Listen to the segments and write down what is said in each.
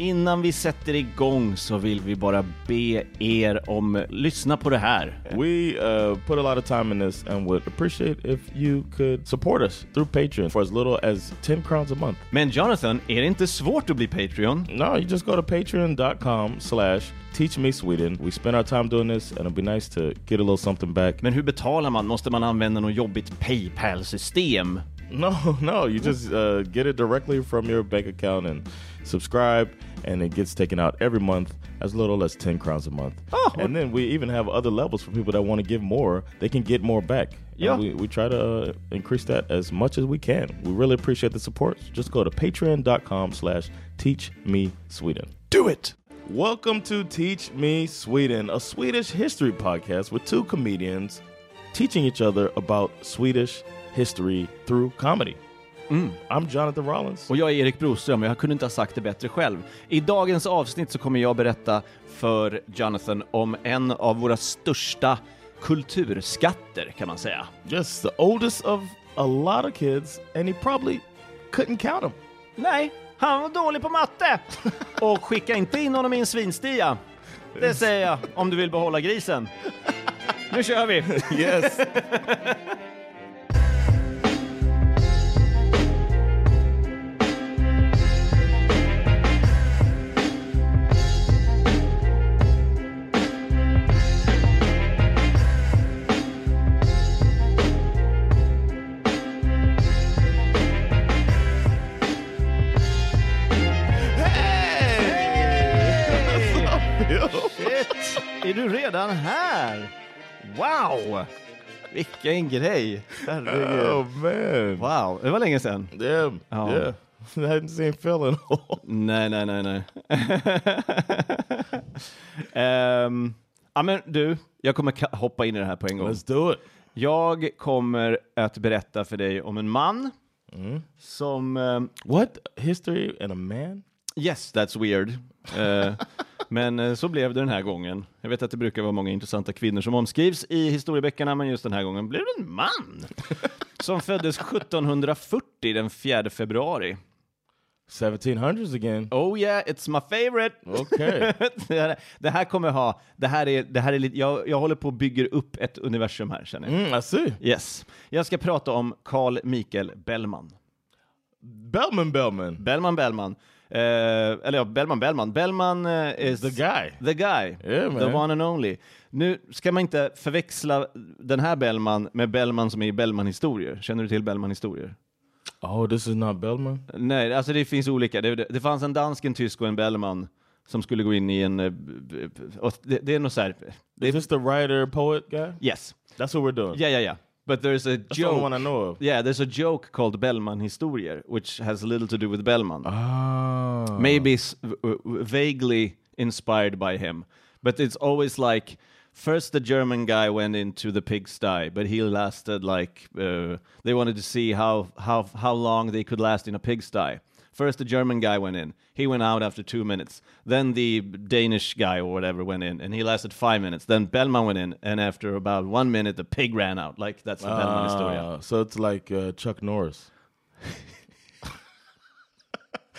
Innan vi sätter igång så vill vi bara be er om, lyssna på det här. We uh, put a lot of time in this and would appreciate if you could support us through Patreon for as little as 10 crowns a month. Men Jonathan, är det inte svårt att bli Patreon? No, you just go to patreon.com slash teach me Sweden. We spend our time doing this and it'll be nice to get a little something back. Men hur betalar man? Måste man använda något jobbigt Paypal-system? No, no, you just uh, get it directly from your bank account and subscribe and it gets taken out every month as little as 10 crowns a month. Oh. and then we even have other levels for people that want to give more. They can get more back. And Yeah. we, we try to uh, increase that as much as we can. We really appreciate the support. Just go to patreon.com slash teach me Sweden. Do it. Welcome to Teach Me Sweden, a Swedish history podcast with two comedians teaching each other about Swedish history through comedy. I'm Jonathan Rollins. Och jag är Erik Broström och jag kunde inte ha sagt det bättre själv. I dagens avsnitt så kommer jag berätta för Jonathan om en av våra största kulturskatter kan man säga. Just the oldest of a lot of kids, and he probably couldn't count them. Nej, han var dålig på matte! Och skicka inte in honom i en svinstia. Det säger jag, om du vill behålla grisen. Nu kör vi! Yes. Shit! Är du redan här? Wow! Vilken grej! oh Herregud. man. Wow, det var länge sedan. Yeah, Oh. yeah. I hadn't seen Phil in a while. Nej, nej, nej, nej. Ehm, ja, men du, jag kommer ka- hoppa in i det här på en gång. Let's do it. Jag kommer att berätta för dig om en man som... ehm, What history and a man? yes, that's weird. Eh, men eh, så blev det den här gången. Jag vet att det brukar vara många intressanta kvinnor som omskrivs i historieböckerna, men just den här gången blev det en man som föddes 1740 den 4 februari. 1700s again. Oh yeah, it's my favorite! Oh. Okay. det, här, det här kommer ha, det här är, det här är lite, jag, jag håller på och bygger upp ett universum här känner jag. Mm, I see. Yes. Jag ska prata om Carl Michael Bellman. Bellman Bellman. Bellman Bellman. Eh, eller ja, Bellman Bellman. Bellman eh, is The guy. The guy. Yeah, man. the one and only. Nu ska man inte förväxla den här Bellman med Bellman som är i Bellman-historier. Känner du till Bellman-historier? Oh, this is not Bellman? Nej, alltså det finns olika. Det, det, det fanns en dansk, en tysk och en Bellman som skulle gå in i en... eh, b- b- och Det, det är nog så här... Is this the writer poet guy? Yes. That's what we're doing. Yeah, yeah, yeah. But there's a That's the only one I joke. know of. Yeah, there's a joke called Bellman-historier, which has little to do with Bellman. Ah. maybe s- v- v- vaguely inspired by him. But it's always like first the German guy went into the pigsty, but he lasted like uh, they wanted to see how how how long they could last in a pigsty. First the German guy went in. He went out after two minutes. Then the Danish guy or whatever went in, and he lasted five minutes. Then Bellman went in, and after about one minute, the pig ran out. Like that's the Bellman historia. Ah, so it's like uh, Chuck Norris.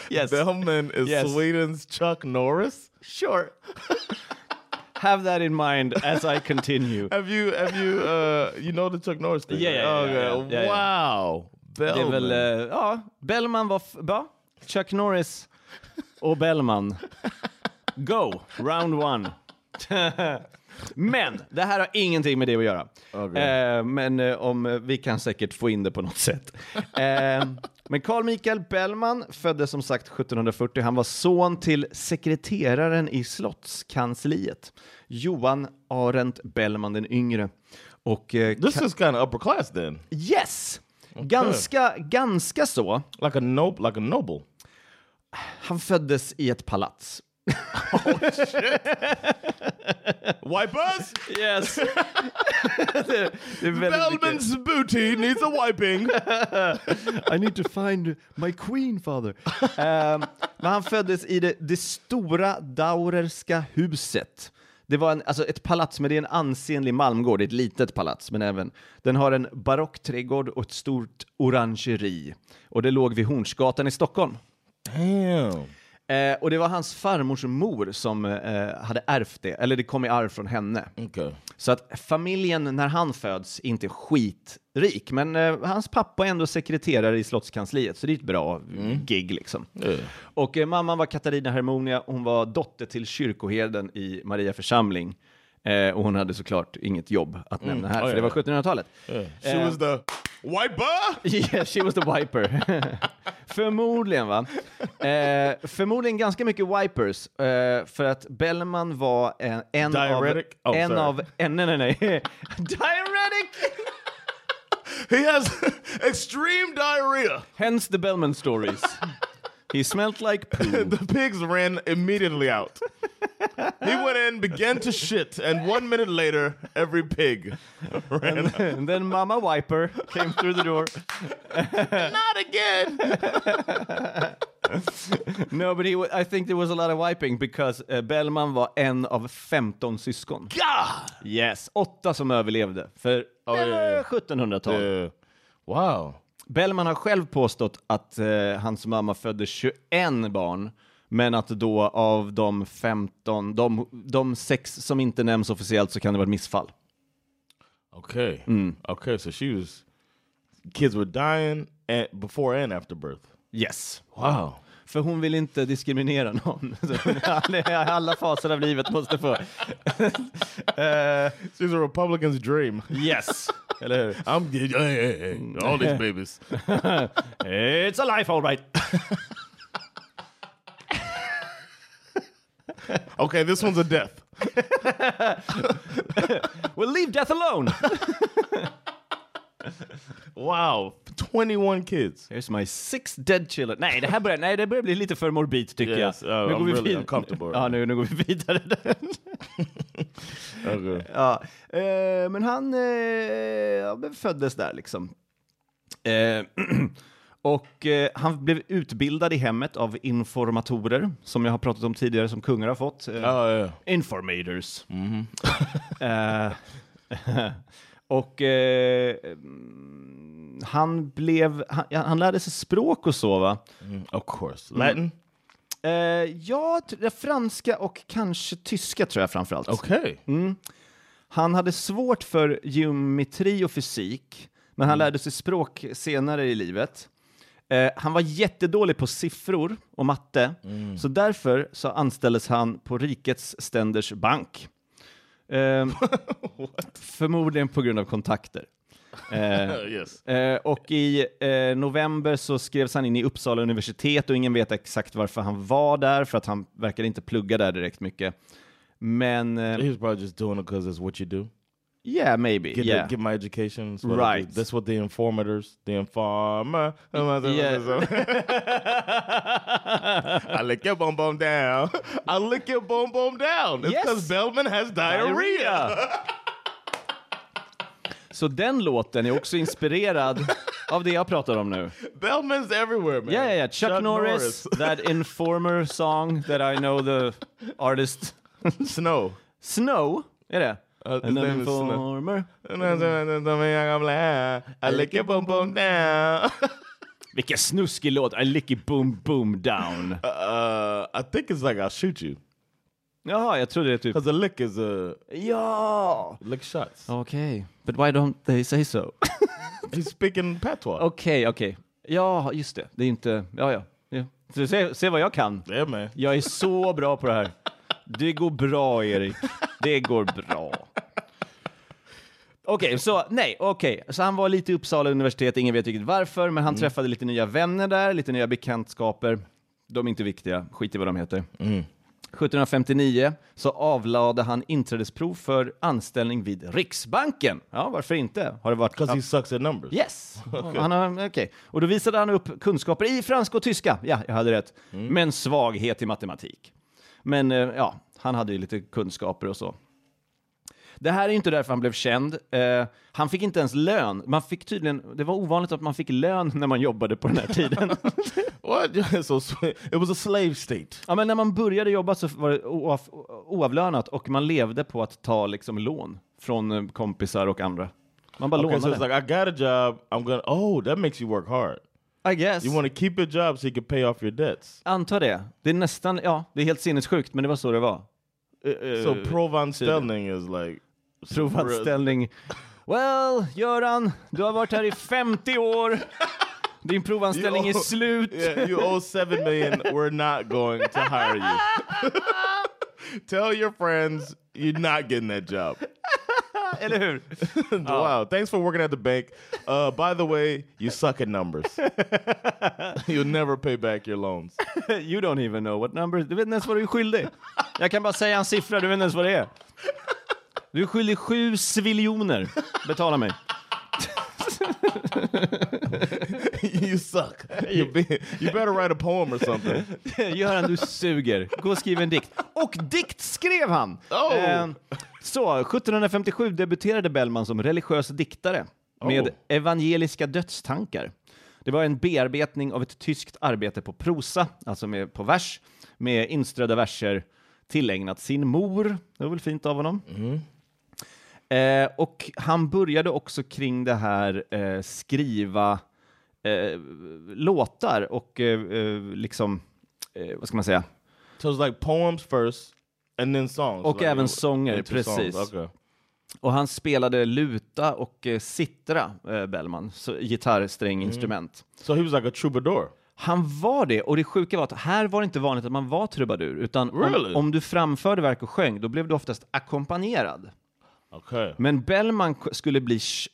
Yes, Bellman is Yes. Sweden's Chuck Norris. sure. Have that in mind as I continue. Have you have you uh you know the Chuck Norris thing? Yeah, yeah, yeah, right? yeah, Okay. yeah, yeah. Wow. Det är Bellman. väl, eh, ja, Bellman var, f- va? Chuck Norris och Bellman. Go, round one. men, det här har ingenting med det att göra. Eh, men eh, om, eh, vi kan säkert få in det på något sätt. Eh, men Carl Michael Bellman föddes som sagt 1740. Han var son till sekreteraren i slottskansliet, Johan Arendt Bellman den yngre. Och eh, This is kind of upper class then. Yes! Ganska, ganska så. Like a nope, like a noble. Han föddes i ett palats. Wipe us! Yes. det är väldigt mycket- Bellman's booty needs a wiping. I need to find my queen father. Ehm, men han föddes i det, det stora Daurerska huset. Det var en, alltså ett palats, men det är en ansenlig Malmgård, Det är ett litet palats, men även. Den har en barockträdgård och ett stort orangeri. Och det låg vid Hornsgatan i Stockholm. Damn. Eh, och det var hans farmors mor som eh, hade ärvt det, eller det kom i arv från henne. Okay. Så att familjen när han föds är inte skitrik, men eh, hans pappa är ändå sekreterare i slottskansliet, så det är ett bra Mm. gig liksom. Och eh, mamman var Katarina Harmonia, hon var dotter till kyrkoherden i Maria församling. Eh, och hon hade såklart inget jobb att nämna här, Oj, för det var Eh, oj, oj. 1700-talet. She was the wiper. Yeah, she was the wiper. förmodligen, va? Eh, förmodligen ganska mycket wipers, eh, för att Bellman var en, en Diuretic? av... Oh, en sorry. av... En, nej, nej, nej. Diuretic! He has extreme diarrhea. Hence the Bellman stories. He smelt like poo. The pigs ran immediately out. he went in, began to shit, and one minute later, every pig ran. out. And then Mama Wiper came through the door. Not again. No, but he, wa- I think there was a lot of wiping because eh, Bellman var en av 15 syskon. God. Yes, åtta som överlevde. För ja, ja, ja. eh, 1700-talet. Uh, wow. Bellman har själv påstått att eh, hans mamma födde 21 barn, men att då av de 15, de, de sex som inte nämns officiellt så kan det vara ett missfall. Okay. Okay. So she was. Kids were dying at before and after birth. Yes. Wow. För hon vill inte diskriminera någon. Så alla- Alla faser av livet måste få. She's a Republican's dream. Yes. Eller hur? I'm hey, hey, hey, all these babies. It's a life all right. Okay, this one's a death. We'll leave death alone. Wow, 21 kids. Here's my six dead children. Nej, det här börjar, nej, det börjar bli lite för morbid tycker Yes, jag. oh, I'm really vid- uncomfortable. Ja, nu, nu går vi vidare. Okay. Ja, eh, men han eh, ja, men föddes där liksom. Eh, och eh, han blev utbildad i hemmet av informatorer, som jag har pratat om tidigare, som kungar har fått. Eh, Oh yeah. Informators. Eh, och eh, mm, han blev, han, han lärde sig språk och så va? Of course. Mm. Latin? Eh, ja, t- franska och kanske tyska tror jag framförallt. Mm. Okay. Han hade svårt för geometri och fysik, men han lärde sig språk senare i livet. Eh, han var jättedålig på siffror och matte, så därför så anställdes han på Rikets ständers bank. Ehm, förmodligen på grund av kontakter. Eh, yes. Eh, och i eh, november så skrevs han in i Uppsala universitet och ingen vet exakt varför han var där, för att han verkade inte plugga där direkt mycket. Men, eh, He was probably just doing it because it's what you do. yeah maybe. Get, yeah. get my education. That's what I do. Right. That's what the informators, the informer. Yeah. I lick your bum bum down. I lick your bum bum down. It's Yes. because Bellman has diarrhea. Så den låten är också inspirerad av det jag pratar om nu. Bellman's everywhere, man. Ja, ja, ja. Chuck, Norris, Norris. that informer song that I know the artist Snow. Snow, är det? Uh, his An name is Snow. informer. I lick your bum bum down. Vilken snuskig låt! I licky boom boom down. Uh, I think it's like I'll shoot you. Jaha, jag trodde det typ... Because a lick is a Ja! lick shots. Okej, but why don't they say so? He's speaking patois. Okej, okej. Ja, just det. Det är inte... Ja, ja. ja. Så Se, se vad jag kan. Yeah, man. Jag är så bra på det här. Det går bra, Erik. Det går bra. Okej, så nej, okej. Så han var lite i Uppsala universitet, ingen vet riktigt varför, men han träffade lite nya vänner där, lite nya bekantskaper. De är inte viktiga, skit i vad de heter. 1759 så avlade han inträdesprov för anställning vid Riksbanken. Ja, varför inte? Har det varit... Because he sucks at numbers. Yes! Han har, okej. Och då visade han upp kunskaper i franska och tyska. Ja, jag hade rätt. Men svaghet i matematik. Men eh, ja, han hade ju lite kunskaper och så. Det här är inte därför han blev känd. Eh, han fick inte ens lön. Man fick tydligen, det var ovanligt att man fick lön när man jobbade på den här tiden. What? so sw- it was a slave state. ja, men när man började jobba så var det oav, oavlönat och man levde på att ta liksom lån från eh, kompisar och andra. Man bara Okay, so lånade. it's like I got a job. I'm gonna. Oh, that makes you work hard. I guess. You want to keep your job so you can pay off your debts. Anta det. Det är nästan, ja, det är helt sinnessjukt, men det var så det var. So provanställning is like Provanställning. Well, Göran, du har varit här i 50 år. Din provanställning är Jo. slut. Yeah, you owe seven million. We're not going to hire you. Tell your friends you're not getting that job. Eller hur? Wow. Thanks for working at the bank. Uh, by the way, you suck at numbers. You'll never pay back your loans. You don't even know what number... Du vet inte ens vad du är skyldig. Jag kan bara säga en siffra, du vet inte ens vad det är. Du är skyldig sju sviljoner. Betala mig. you suck. You, be, you better write a poem or something. Göran, du suger. Gå och skriv en dikt. Och dikt skrev han! Ehm, Oh. så, 1757 debuterade Bellman som religiös diktare med Oh. evangeliska dödstankar. Det var en bearbetning av ett tyskt arbete på prosa, alltså med, på vers, med inströdda verser tillägnat sin mor. Det var väl fint av honom. Mm. Eh, och han började också kring det här eh, skriva eh, låtar och eh, eh, liksom, eh, vad ska man säga? So it's like poems first and then songs. Och like, även sånger, into songs. precis. Okay. Och han spelade luta och eh, citra, eh, Bellman, så, gitarrstränginstrument. So he was like a troubadour. Han var det, och det sjuka var att här var det inte vanligt att man var trubadur, utan Really? om, om du framförde verk och sjöng, då blev du oftast ackompanjerad. Okay. Men Bellman k- skulle bli sh-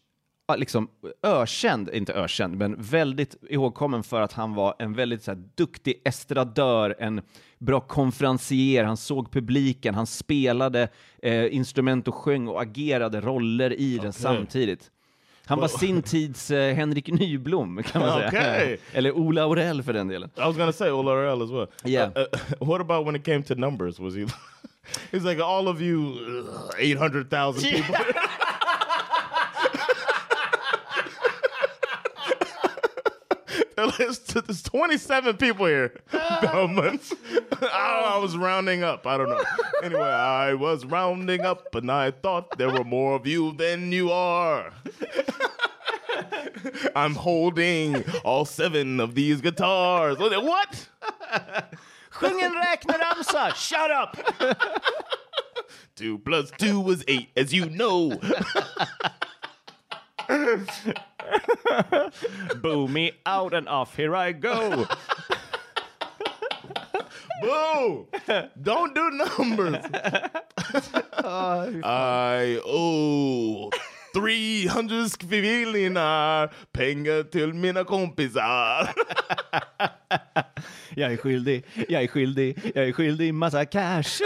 ah, liksom ökänd, inte ökänd, men väldigt ihågkommen för att han var en väldigt så här, duktig estradör, en bra konferencier, han såg publiken, han spelade eh, instrument och sjöng och agerade roller i den samtidigt. Han var sin tids eh, Henrik Nyblom, kan man säga. Okej. Eller Ola Aurell för den delen. I was gonna say Olarel as well. Yeah. Uh, uh, what about when it came to numbers? Was he? He's like all of you, uh, eight hundred thousand people. There's, there's 27 people here, Bellmans. I, I was rounding up. I don't know. Anyway, I was rounding up, and I thought there were more of you than you are. I'm holding all seven of these guitars. What? Sjung en räkneramsa! Shut up! Two plus two is eight, as you know. Boo me out and off, here I go! Boo! Don't do numbers. Oh, I owe 300 skvillinar pengar till mina kompisar. Jag är skyldig, jag är skyldig, jag är skyldig massa cash.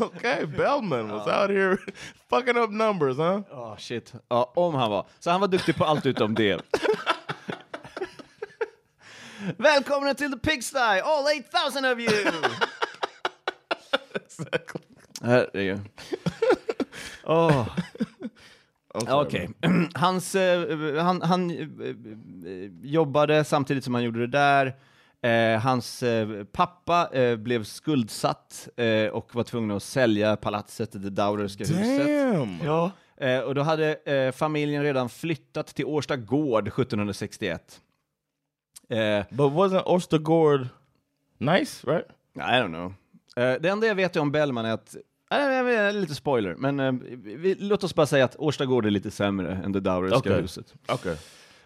Okay, Bellman was Oh. out here fucking up numbers, huh? Ja, Ah, shit. Ja, om han var. Så han var duktig på allt utom det. Välkomna till the pigsty, all 8000 of you! Herregud. Åh. Okej. Hans, eh, han, han eh, eh, jobbade samtidigt som han gjorde det där. Eh, hans eh, pappa eh, blev skuldsatt eh, och var tvungen att sälja palatset, det Dauderska huset. Damn. Ja. Eh, och då hade eh, familjen redan flyttat till Årsta gård 1761. Eh, I But wasn't Ostergård nice, right? don't know. Eh, det enda jag vet om Bellman är att, eh, jag vet, lite spoiler, men eh, vi, låt oss bara säga att Årsta gård är lite sämre än det Dauderska Okej. huset. Okay.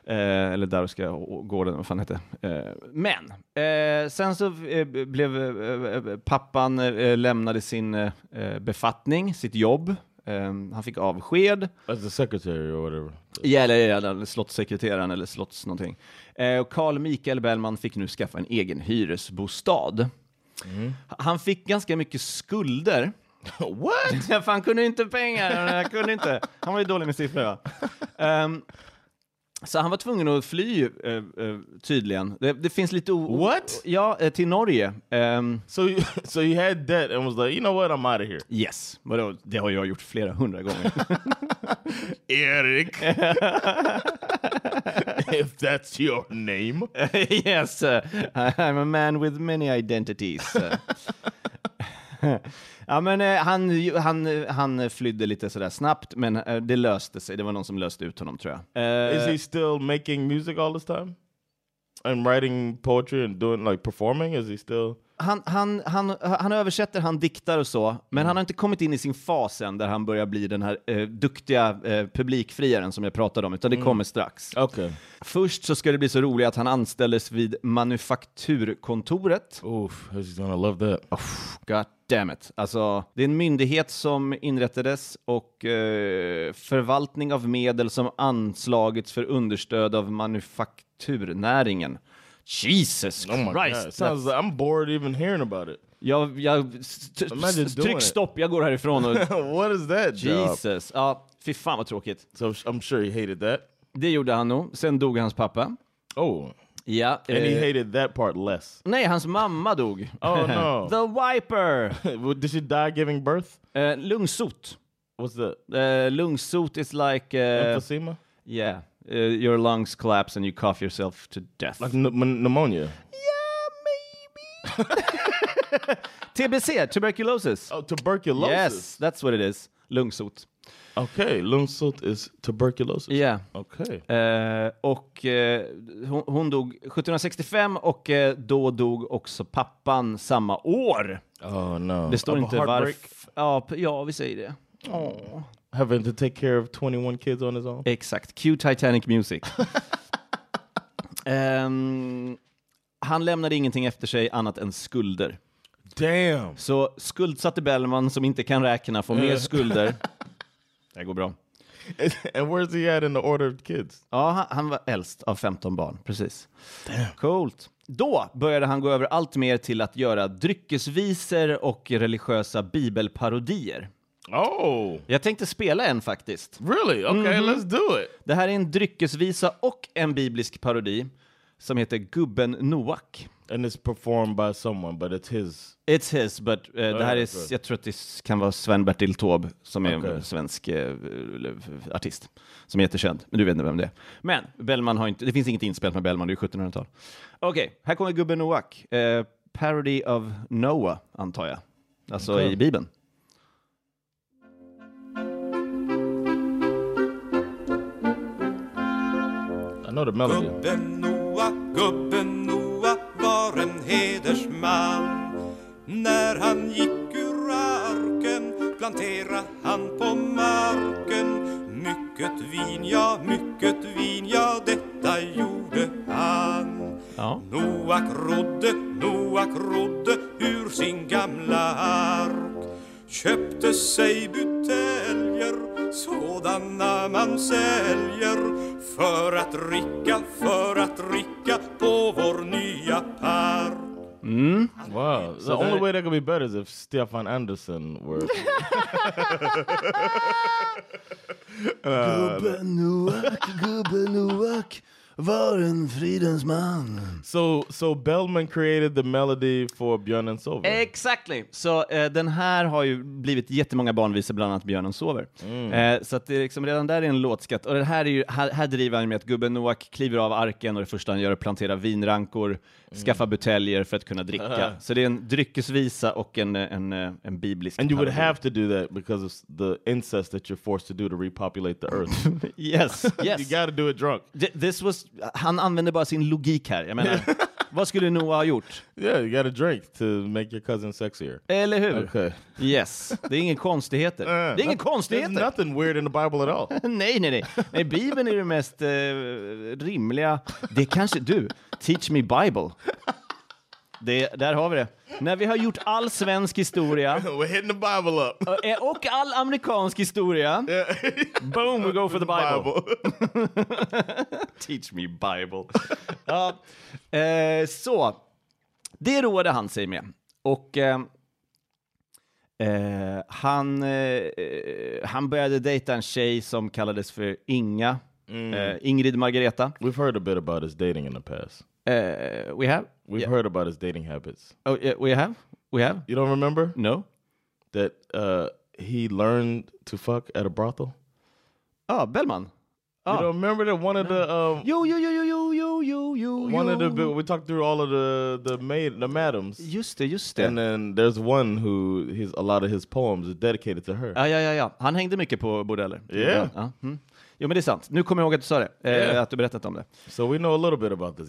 Eh, eller Dauderska å- gården, vad fan hette. Eh, men, eh, sen så eh, blev eh, eh, pappan eh, lämnade sin eh, eh, befattning, sitt jobb, Ehm, han fick avsked. As the secretary or whatever. Ja, eller, ja, eller slottssekreteraren eller slotts någonting. Eh, och Carl Mikael Bellman fick nu skaffa en egen hyresbostad. Mm. Han fick ganska mycket skulder. What? Ja, för han kunde inte pengar. Han kunde inte. Han var ju dålig med siffror. Va? Ehm, så han var tvungen att fly, eh, eh, tydligen. Det, det finns lite... O- What? Ja, eh, till Norge. Ehm, So you, so you had debt and was like, you know what? I'm out of here. yes. Vadå? Det har jag gjort flera hundra gånger. Eric. if that's your name. yes, uh, I- I'm a man with many identities. ja, men, eh, han, han, eh, han flydde lite sådär snabbt, men eh, det löste sig. Det var någon som löste ut honom, tror jag. Eh, Is he still making music all this time? And writing poetry and doing like performing? Is he still han, han, han, han översätter, han diktar och så, men han har inte kommit in i sin fas än där han börjar bli den här eh, duktiga eh, publikfriaren som jag pratade om, utan det kommer strax. okay? Först så ska det bli så roligt att han anställdes vid manufakturkontoret. Oof, he's gonna love that. God damn it. Alltså, det är en myndighet som inrättades och eh, förvaltning av medel som anslagits för understöd av manufakturnäringen. Jesus Oh my Christ! god, sounds like I'm bored even hearing about it. Jag, jag, st- Imagine st- doing tryck it. stopp, jag går härifrån. Och, what is that job? Jesus. Ja, fy fan vad tråkigt. So sh- I'm sure he hated that. Det gjorde han nog. Sen dog hans pappa. Oh, Ja. and he eh, hated that part less. nej, hans mamma dog. Oh, no. The Wiper! Well, Did she die giving birth? Eh, lungsot. What's that? Eh, lungsot is like... Uh, eh, Emphysema? Yeah, uh, your lungs collapse and you cough yourself to death. Like n- m- pneumonia? TBC, tuberculosis. Oh, tuberculosis. yes, that's what it is. Lungsot. Okay, lumsult is tuberculosis. Yeah. Okay. Eh, och eh, hon, hon dog 1765 och eh, då dog också pappan samma år. Oh no. Det står Of a inte heartbreak, varför. Ja, p- ja, vi säger det. Having to take care of 21 kids on his own. Exakt. Cue Titanic Music. Ehm, han lämnade ingenting efter sig annat än skulder. Damn. Så skuldsatte Bellman som inte kan räkna får mer skulder. Eh. Det här går bra. and where's he at in the order of kids? Ja, han, han var äldst av 15 barn, precis. Coolt. Då började han gå över allt mer till att göra dryckesvisor och religiösa bibelparodier. Oh, Jag tänkte spela en faktiskt. really? Okay, let's do it. Det här är en dryckesvisa och en biblisk parodi som heter Gubben Noak. And it's performed by someone, but it's his. It's his, but eh, det här ja, är, så. jag tror att det kan vara Sven-Bertil Taube som är Okej. en svensk eh, artist som är jättekänd, men du vet inte vem det är. Men Bellman har inte, det finns inget inspelat med Bellman, det är 1700-tal. Okej, här kommer gubben Noak, eh, parody of Noah, antar jag. Alltså Okej. i Bibeln. I know the melody. Gubben Noa, gubben Noa var en hedersman. När han gick ur arken plantera han på marken. Mycket vin, ja, mycket vin, ja, detta gjorde han. Ja. Noak rodde, Noak rodde ur sin gamla ark Köpte sig buteljer, sådana man säljer För att dricka, för att dricka på vår nya park Wow. the only way that could be better is if Stefan Anderson were. Gubben Noak, gubben Noak var en fridens man. so so Bellman created the melody for Björn and Solveig. Exactly! Så eh, den här har ju blivit jättemånga barnvisor, bland annat Björnen sover. Mm. Eh, så att det är liksom, redan där är en låtskatt. Och det här, är ju, här, här driver han med att gubben Noak kliver av arken och det första han gör är att plantera vinrankor, Mm. skaffa buteljer för att kunna dricka. Så det är en dryckesvisa och en, eh, en, eh, en biblisk And you would parodi. have to do that because of s- the incest that you're forced to do to repopulate the earth. Yes, you yes. got to do it drunk. Th- This was, han använder bara sin logik här. Jag menar, vad skulle Noah ha gjort? Yeah, you got to drink to make your cousin sexier. Eller hur? Okay. Yes, det är ingen konstigheter. det är ingen Eh, There's konstigheter! nothing weird in the Bible at all. Nej, nej, nej. nej Bibeln är det mest eh, rimliga. Det kanske du, teach me Bible. Det, där har vi det. När vi har gjort all svensk historia We're hitting the Bible up. eh, och all amerikansk historia. Boom, we go for the Bible. Teach me Bible. ja, eh, så, det roade han sig med. Och eh, eh, han, eh, han började dejta en tjej som kallades för Inga. Mm. Eh, Ingrid Margareta. We've heard a bit about his dating in the past. Eh, we have? We've Yeah. heard about his dating habits. Oh, yeah, we have? We have? You don't remember No? that uh, he learned to fuck at a brothel? ah, Bellman. You don't remember that one of the um, Jo, jo, jo, jo, jo, jo, jo, jo. one jo. of the bi- we talked through all of the the maid the madams, Just det, just det. and uh, then there's one who his a lot of his poems is dedicated to her. Ja, ja, ja, ja. Han hängde mycket på bordeller. Yeah. Ja, mm. Jo, men det är sant. Nu kommer jag ihåg att du sa det. Eh, Yeah. Att du berättat om det. so we know a little bit about this.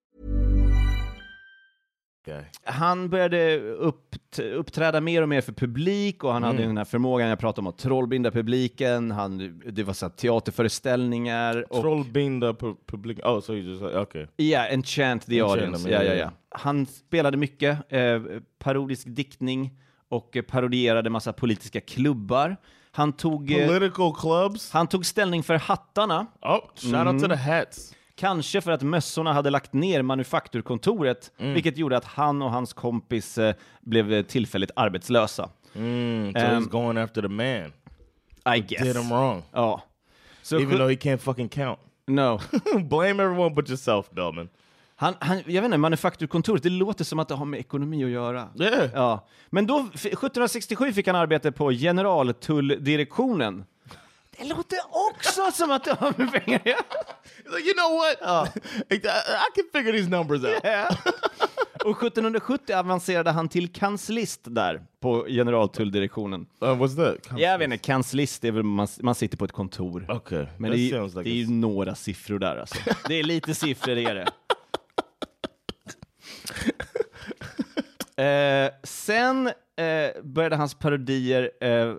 guy. Han började upp, uppträda mer och mer för publik och han Mm. hade den här förmågan, jag pratade om att trollbinda publiken, han, det var så här teaterföreställningar. Och, Troll being the pu- public. Oh, so you just like, okay. Ja, Enchant the Enchant audience. them, Ja, ja, ja, ja. ja. Han spelade mycket eh, parodisk diktning och eh, parodierade massa politiska klubbar. Han tog, eh, Political clubs. han tog ställning för hattarna, Oh, shout out to the hats. kanske för att mössorna hade lagt ner manufakturkontoret, Mm. vilket gjorde att han och hans kompis eh, blev eh, tillfälligt arbetslösa. Mm, so he's going after the man. I guess. Did him wrong, Ja. Så even sju- though he can't fucking count. no. Blame everyone but yourself, Delman. Han, han, jag vet inte, manufakturkontoret, det låter som att det har med ekonomi att göra. Yeah. Ja. Men då, f- 1767 fick han arbete på generaltulldirektionen. Det låter också som att det har med pengar att göra. He's like, you know what? I, I can figure these numbers out. Och 1770 avancerade han till kanslist där, på generaltulldirektionen. Uh, what's that? Jag vet inte, kanslist är väl man, man sitter på ett kontor. Okay, Men det är, that ju- sounds like det är ju it's- några siffror där alltså. Det är lite siffror, det är det. Eh, sen eh, började hans parodier, eh,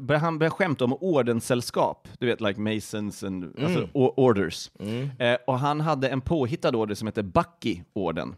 började han började skämta om ordenssällskap, du vet, like masons and Mm. alltså, o- orders. Eh, och han hade en påhittad order som hette Bacchi-orden.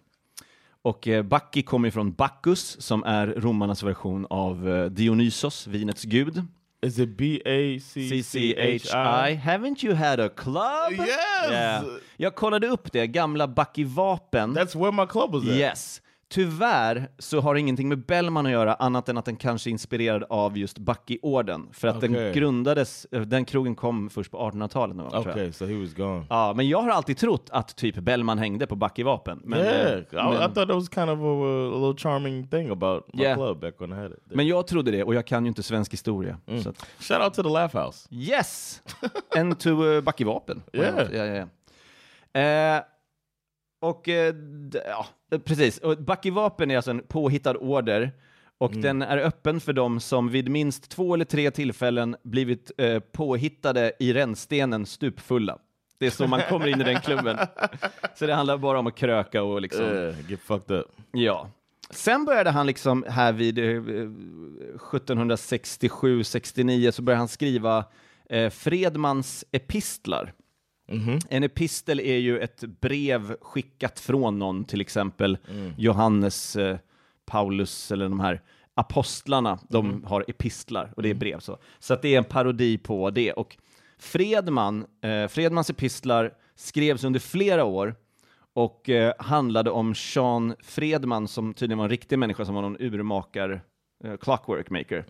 Och eh, Bacchi kommer ju från Bacchus, som är romarnas version av eh, Dionysos, vinets gud. Is it B A C C H CCHI. I? Haven't you had a club? Yes! Yeah. Jag kollade upp det, gamla Bucky Vapen. That's where my club was at. Yes. Tyvärr så har det ingenting med Bellman att göra, annat än att den kanske är inspirerad av just Bucky-orden. För att den Okej. grundades, eh, den krogen kom först på 1800-talet någon gång, tror jag. Okay, so he was gone. Ja, men jag har alltid trott att typ Bellman hängde på Bucky Vapen. Men, yeah, eh, I, I men, thought that was kind of a, a little charming thing about my Yeah. club back when I had it. men jag trodde det, och jag kan ju inte svensk historia. Mm. Så att, Shout out to the Laugh House. Yes! And to uh, Bucky Vapen. Yeah. Ja, ja, ja. Eh, och eh, d- ja, precis. Och Bucky Vapen är alltså en påhittad order och den är öppen för dem som vid minst två eller tre tillfällen blivit eh, påhittade i rännstenen stupfulla. Det är så man kommer in i den klubben. Så det handlar bara om att kröka och liksom... Yeah, get fucked up. Ja. Sen började han liksom här vid eh, 1767-69 så började han skriva eh, Fredmans epistlar. En epistel är ju ett brev skickat från någon, till exempel Johannes, eh, Paulus eller de här apostlarna. De har epistlar och det är brev. Så, så att det är en parodi på det. Och Fredman, eh, Fredmans epistlar skrevs under flera år och eh, handlade om Sean Fredman som tydligen var en riktig människa som var någon urmakare, eh, clockwork maker,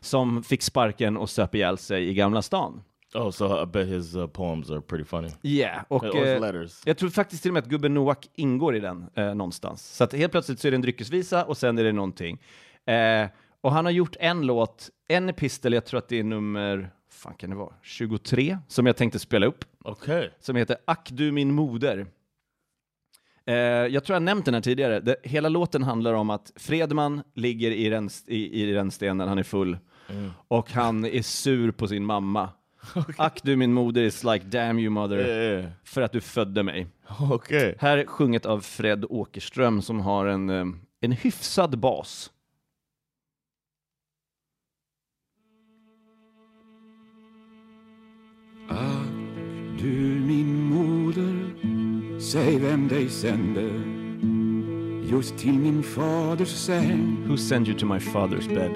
som fick sparken och söp ihjäl sig i Gamla stan. Oh, so I bet his uh, poems are pretty funny. Yeah, och Or eh, letters. jag tror faktiskt till och med att gubben Noak ingår i den eh, någonstans. Så att helt plötsligt så är det en dryckesvisa och sen är det någonting. Eh, och han har gjort en låt, en pistol, jag tror att det är nummer, fan kan det vara, 23, som jag tänkte spela upp Okay. som heter Ack du min moder. Eh, jag tror jag nämnt den här tidigare. Det, hela låten handlar om att Fredman ligger i, renst, i, i renstenen, han är full Mm. och han är sur på sin mamma. Ack du min moder is like damn you mother Yeah. för att du födde mig. Okay. Här sjunget av Fred Åkerström som har en, eh, en hyfsad bas. Du min moder, säg vem dig sände just till min faders säng. Who sent you to my father's bed?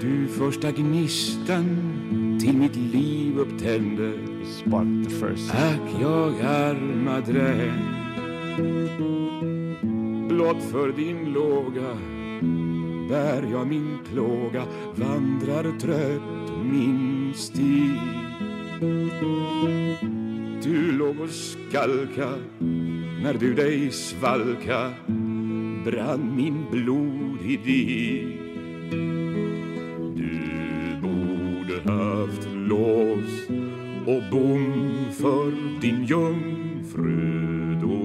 Du första gnistan till mitt liv upptände. You sparked the first. Ack, jag arma dräng. Blott för din låga bär jag min plåga, vandrar trött min stig. Du låg och skalka när du dig svalka brann min blod i dig. Du borde haft lås och bom för din jungfrudom.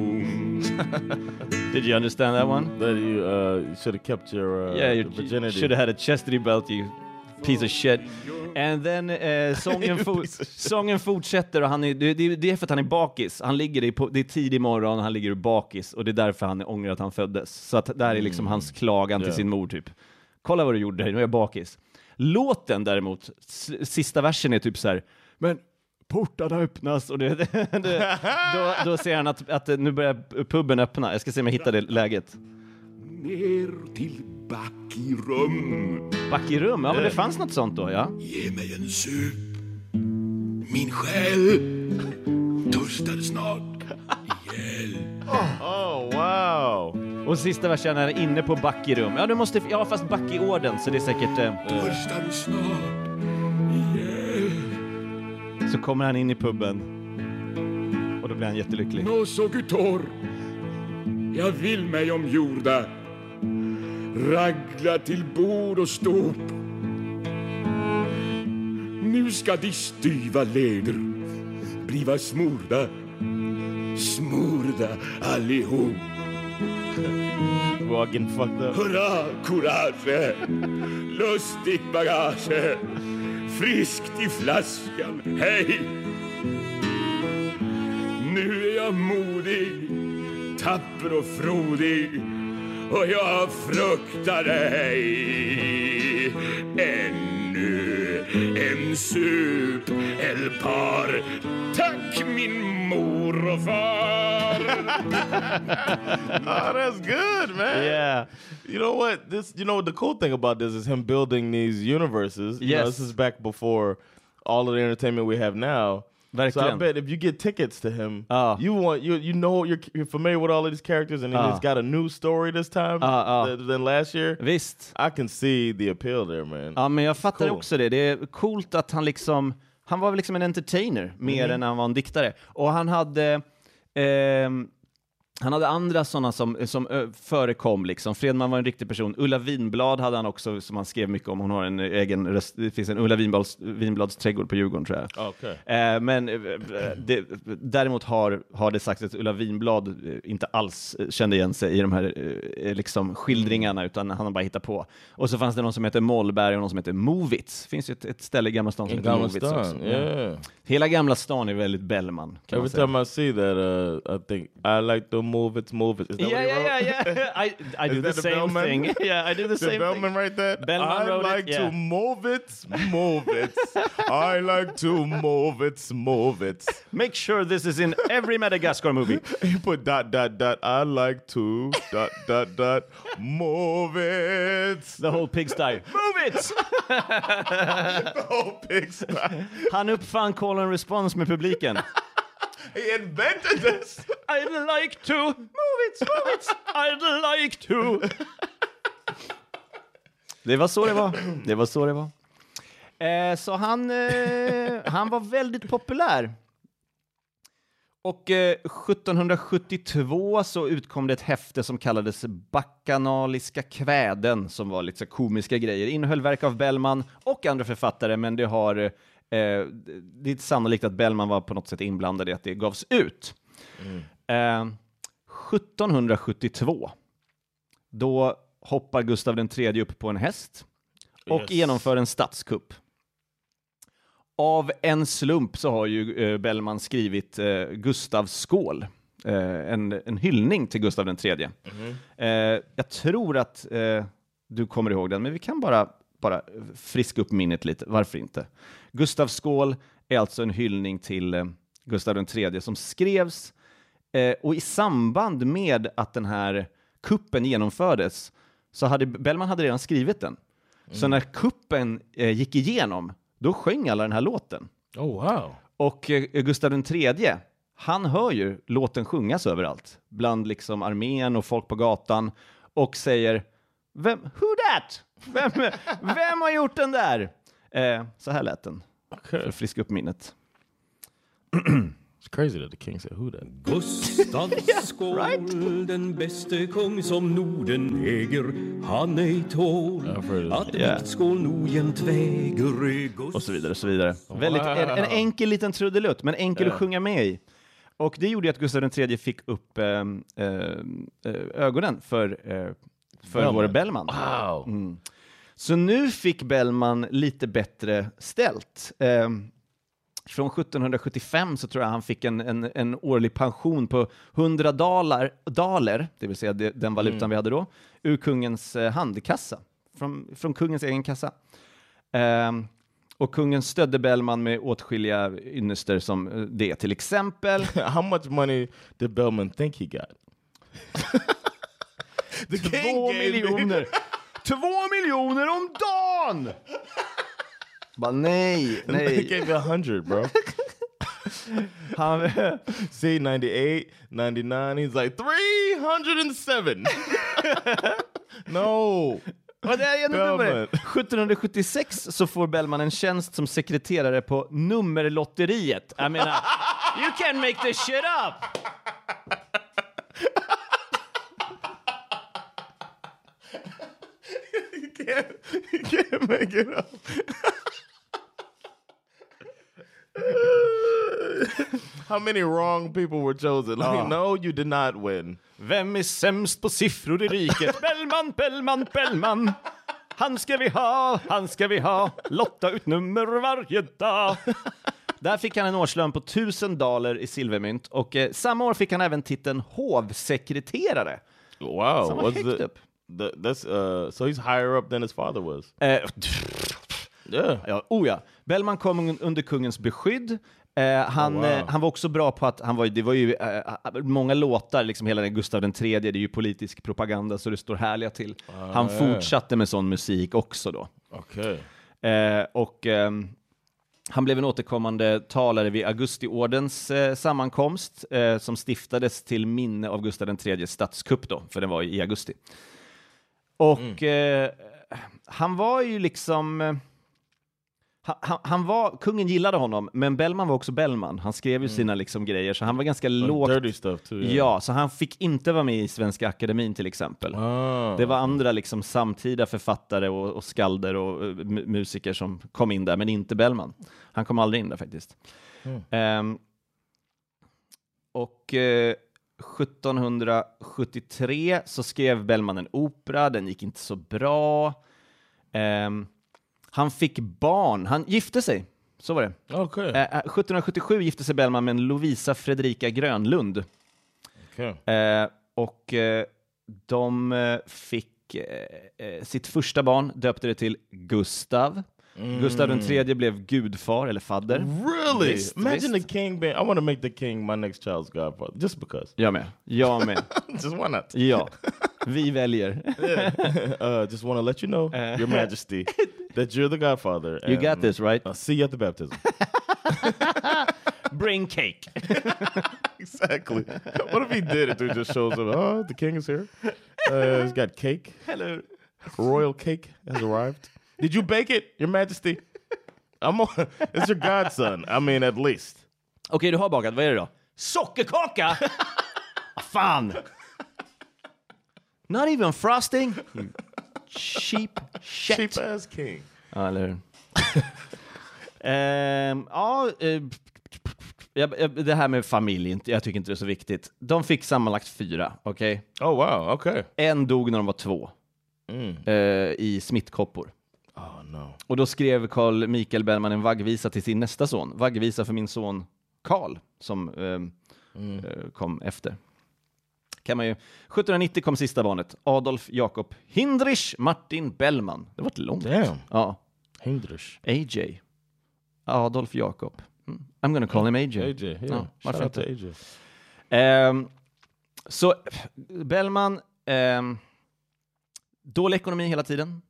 Did you understand that one? That you uh, you should have kept your uh, Yeah, you virginity. should have had a chastity belt, you piece of shit. And then eh, sången, fo- sången fortsätter och han är, det, det, det är för att han är bakis. Han ligger i, på, det är tidig morgon, han ligger bakis och det är därför han ångrar att han föddes. Så att där är liksom hans klagan till Yeah. sin mor typ. Kolla vad du gjorde, nu är jag bakis. Låten däremot, s- sista versen är typ så här, men portarna öppnas och det, det, det, då, då ser han att, att nu börjar puben öppna. Jag ska se om jag hittar det läget. Ner till back i rum. Back i rum, ja men det fanns något sånt då ja. Ge mig en sup. Min själ törstar snart. Oh wow! Och sista versen är inne på back i rum. Ja, du måste, ja fast back i orden, så det är säkert... Eh, Törstar snart. så kommer han in i puben. Och då blir han jättelycklig. Nå så gutor. Jag vill mig omgjorda. Ragla till bord och stop. Nu ska de styva leder bliva smorda. Smorda allihop. We're all getting fucked up. Hurra, courage! Lustigt bagage! Friskt i flaskan, hej! Nu är jag modig, tapper och frodig och jag fruktar ej Ännu en sup, ett par Tack min mor och far! Oh, that's good, man. Yeah. You know what? This you know the cool thing about this is him building these universes. You Yes. know, this is back before all of the entertainment we have now. So I Verkligen. bet if you get tickets to him, Ah. you want you you know you're, you're familiar with all of these characters, and then Ah. it's got a new story this time Ah, ah. th- than last year. Visst. I can see the appeal there, man. Ja, men jag fattar Cool. också det. Det är coolt att han liksom... Han var väl liksom en entertainer mer än han var en diktare. Och han hade... ehm, han hade andra sådana som, som ö, förekom liksom. Fredman var en riktig person. Ulla Vinblad hade han också, som han skrev mycket om. Hon har en egen röst. Det finns en Ulla Vinblads, Vinblads trädgård på Djurgården tror jag. Ah, Okej. Eh, men eh, eh, det, däremot har, har det sagts att Ulla Vinblad eh, inte alls eh, kände igen sig i de här eh, eh, liksom, skildringarna, utan han har bara hittat på. Och så fanns det någon som heter Mollberg och någon som heter Movits. Det finns ju ett, ett ställe i Gamla stan som heter Gamla Movits också. Stan, yeah. Hela Gamla stan är väldigt Bellman, kan man Every säga. time I see that, uh, I think I like the move. It's move. It. Is that Yeah, what he yeah, wrote? yeah, yeah. I, I Is do the that the same Bellman? thing. Yeah, I do the Did same thing. Bellman write that? Bellman I wrote it, like yeah. to move it, move it. I like to move it, move it. Make sure this is in every Madagascar movie. He put dot dot dot. I like to dot dot dot move it. The whole pigsty. Move it! The whole pigsty. Han uppfann call and response med publiken. He invented this. I'd like to move it, move it. I'd like to. Det var så det var. Det var så det var. Eh, så han, eh, han var väldigt populär. Och eh, 1772 så utkom det ett häfte som kallades Bacchanaliska kväden som var lite så komiska grejer. Innehöll verk av Bellman och andra författare, men det har eh, det är sannolikt att Bellman var på något sätt inblandad i att det gavs ut. Eh, 1772, då hoppar Gustav III upp på en häst och Yes. genomför en statskupp. Av en slump så har ju eh, Bellman skrivit eh, Gustavs skål, eh, en, en hyllning till Gustav III. Eh, jag tror att eh, du kommer ihåg den, men vi kan bara, bara friska upp minnet lite. Varför inte? Gustavs skål är alltså en hyllning till eh, Gustav III som skrevs Eh, och i samband med att den här kuppen genomfördes så hade Bellman hade redan skrivit den. Så Mm. när kuppen eh, gick igenom, då sjöng alla den här låten. Oh wow. Och eh, Gustav III, han hör ju låten sjungas överallt, bland liksom armén och folk på gatan, och säger vem, Who that? Vem, vem har gjort den där? Eh, så här lät den, för att friska upp minnet. It's crazy that the king said who that. Gustav Skål, den bäste kung som Norden äger, han ej tål I've heard of att Yeah. viktskål nog jämt väger. i och Gustav så vidare. Och så vidare. Väldigt, en, en enkel liten trudelutt, men enkel att sjunga med i. Och det gjorde ju att Gustav III fick upp ehm, ehm, eh, ögonen för, eh, för vår Bellman. Mm. Wow. Så nu fick Bellman lite bättre ställt. Ehm, från 1775 så tror jag han fick en, en, en årlig pension på 100 dalar, daler, det vill säga det, den valutan vi hade då, ur kungens eh, handkassa, från, från kungens egen kassa. Ehm, och kungen stödde Bellman med åtskilliga ynnester som eh, det, till exempel. How much money did Bellman think he got? the Två miljoner! Två miljoner om dagen! Bara nej, He nej. gave you a hundred, bro. Han, See, 98, 99. He's like 307. no. Och det är Bellman. nummer. 1776 så får Bellman en tjänst som sekreterare på Nummerlotteriet. Jag menar, you can make this shit up! You can't make it up. How many wrong people were chosen? Like, no, you did not win. Vem är sämst på siffror i riket? Bellman, Bellman, Bellman! Han ska vi ha, han ska vi ha, lotta ut nummer varje dag. Där fick han en årslön på 1000 daler i silvermynt och eh, samma år fick han även titeln hovsekreterare. Wow, Someone what's hacked the, up. the- that's uh, so he's higher up than his father was. Eh, Yeah, Ja, oh ja. Bellman kom un- under kungens beskydd. Eh, han, wow. eh, han var också bra på att, han var, ju- det var ju eh, många låtar, liksom hela den Gustav III, det är ju politisk propaganda så det står härliga till. han fortsatte med sån musik också då. okay. Eh, och ehm, han blev en återkommande talare vid Augustiordens eh, sammankomst eh, som stiftades till minne av Gustav IIIs statskupp då, för den var ju i augusti. Och eh, han var ju liksom... eh, han- Han, han var, kungen gillade honom, men Bellman var också Bellman. Han skrev ju sina liksom grejer, så han var ganska lågt... Dirty stuff too. Yeah. Ja, så han fick inte vara med i Svenska Akademin till exempel. Ah. Det var andra liksom samtida författare och, och skalder och eh, mu- musiker som kom in där, men inte Bellman. Han kom aldrig in där faktiskt. Ehm, och eh, 1773 så skrev Bellman en opera, den gick inte så bra. Ehm, han fick barn, han gifte sig, så var det. Okay. Eh, eh, 1777 gifte sig Bellman med en Lovisa Fredrika Grönlund. okay. Eh, och eh, de eh, fick eh, eh, sitt första barn, döpte det till Gustav. Gustav den tredje blev gudfar, eller fadder. Really? Visst, Imagine visst. the king being. I want to make the king my next child's godfather, just because. Jag med. Jag med. just why not? Ja. Vi väljer. Uh, just want to let you know, Your Majesty, that you're the godfather. You and got this right? I'll see you at the baptism. bring cake. exactly. What if he did it? Dude just shows up. Oh, the king is here. Uh, he's got cake. Hello. Royal cake has arrived. Did you bake it, Your Majesty? I'm on, it's your godson. I mean, at least. Okej, du har bakat. Vad är det då? Sockerkaka! Vad Ah, fan! Not even frosting! You cheap shit. Cheap ass king. Ja, eller hur? Ehm, ja, eh, jag- jag- det här med familj, inte- jag tycker inte det är så viktigt. De fick sammanlagt fyra, okej? Oh wow. Okay. En dog när de var två eh, i smittkoppor. Oh no. Och då skrev Carl Mikael Bellman en vaggvisa till sin nästa son. Vaggvisa för min son Carl, som eh, eh, kom efter. Kan man ju. 1790 kom sista barnet, Adolf Jakob Hindrich Martin Bellman. Det var ett långt. Damn. Ja, Hindrish. AJ. Adolf Jakob. Mm. I'm gonna call him AJ. AJ. Yeah. Ja, varför Shout out to inte? AJ. Ehm, så Bellman, ehm, dålig ekonomi hela tiden.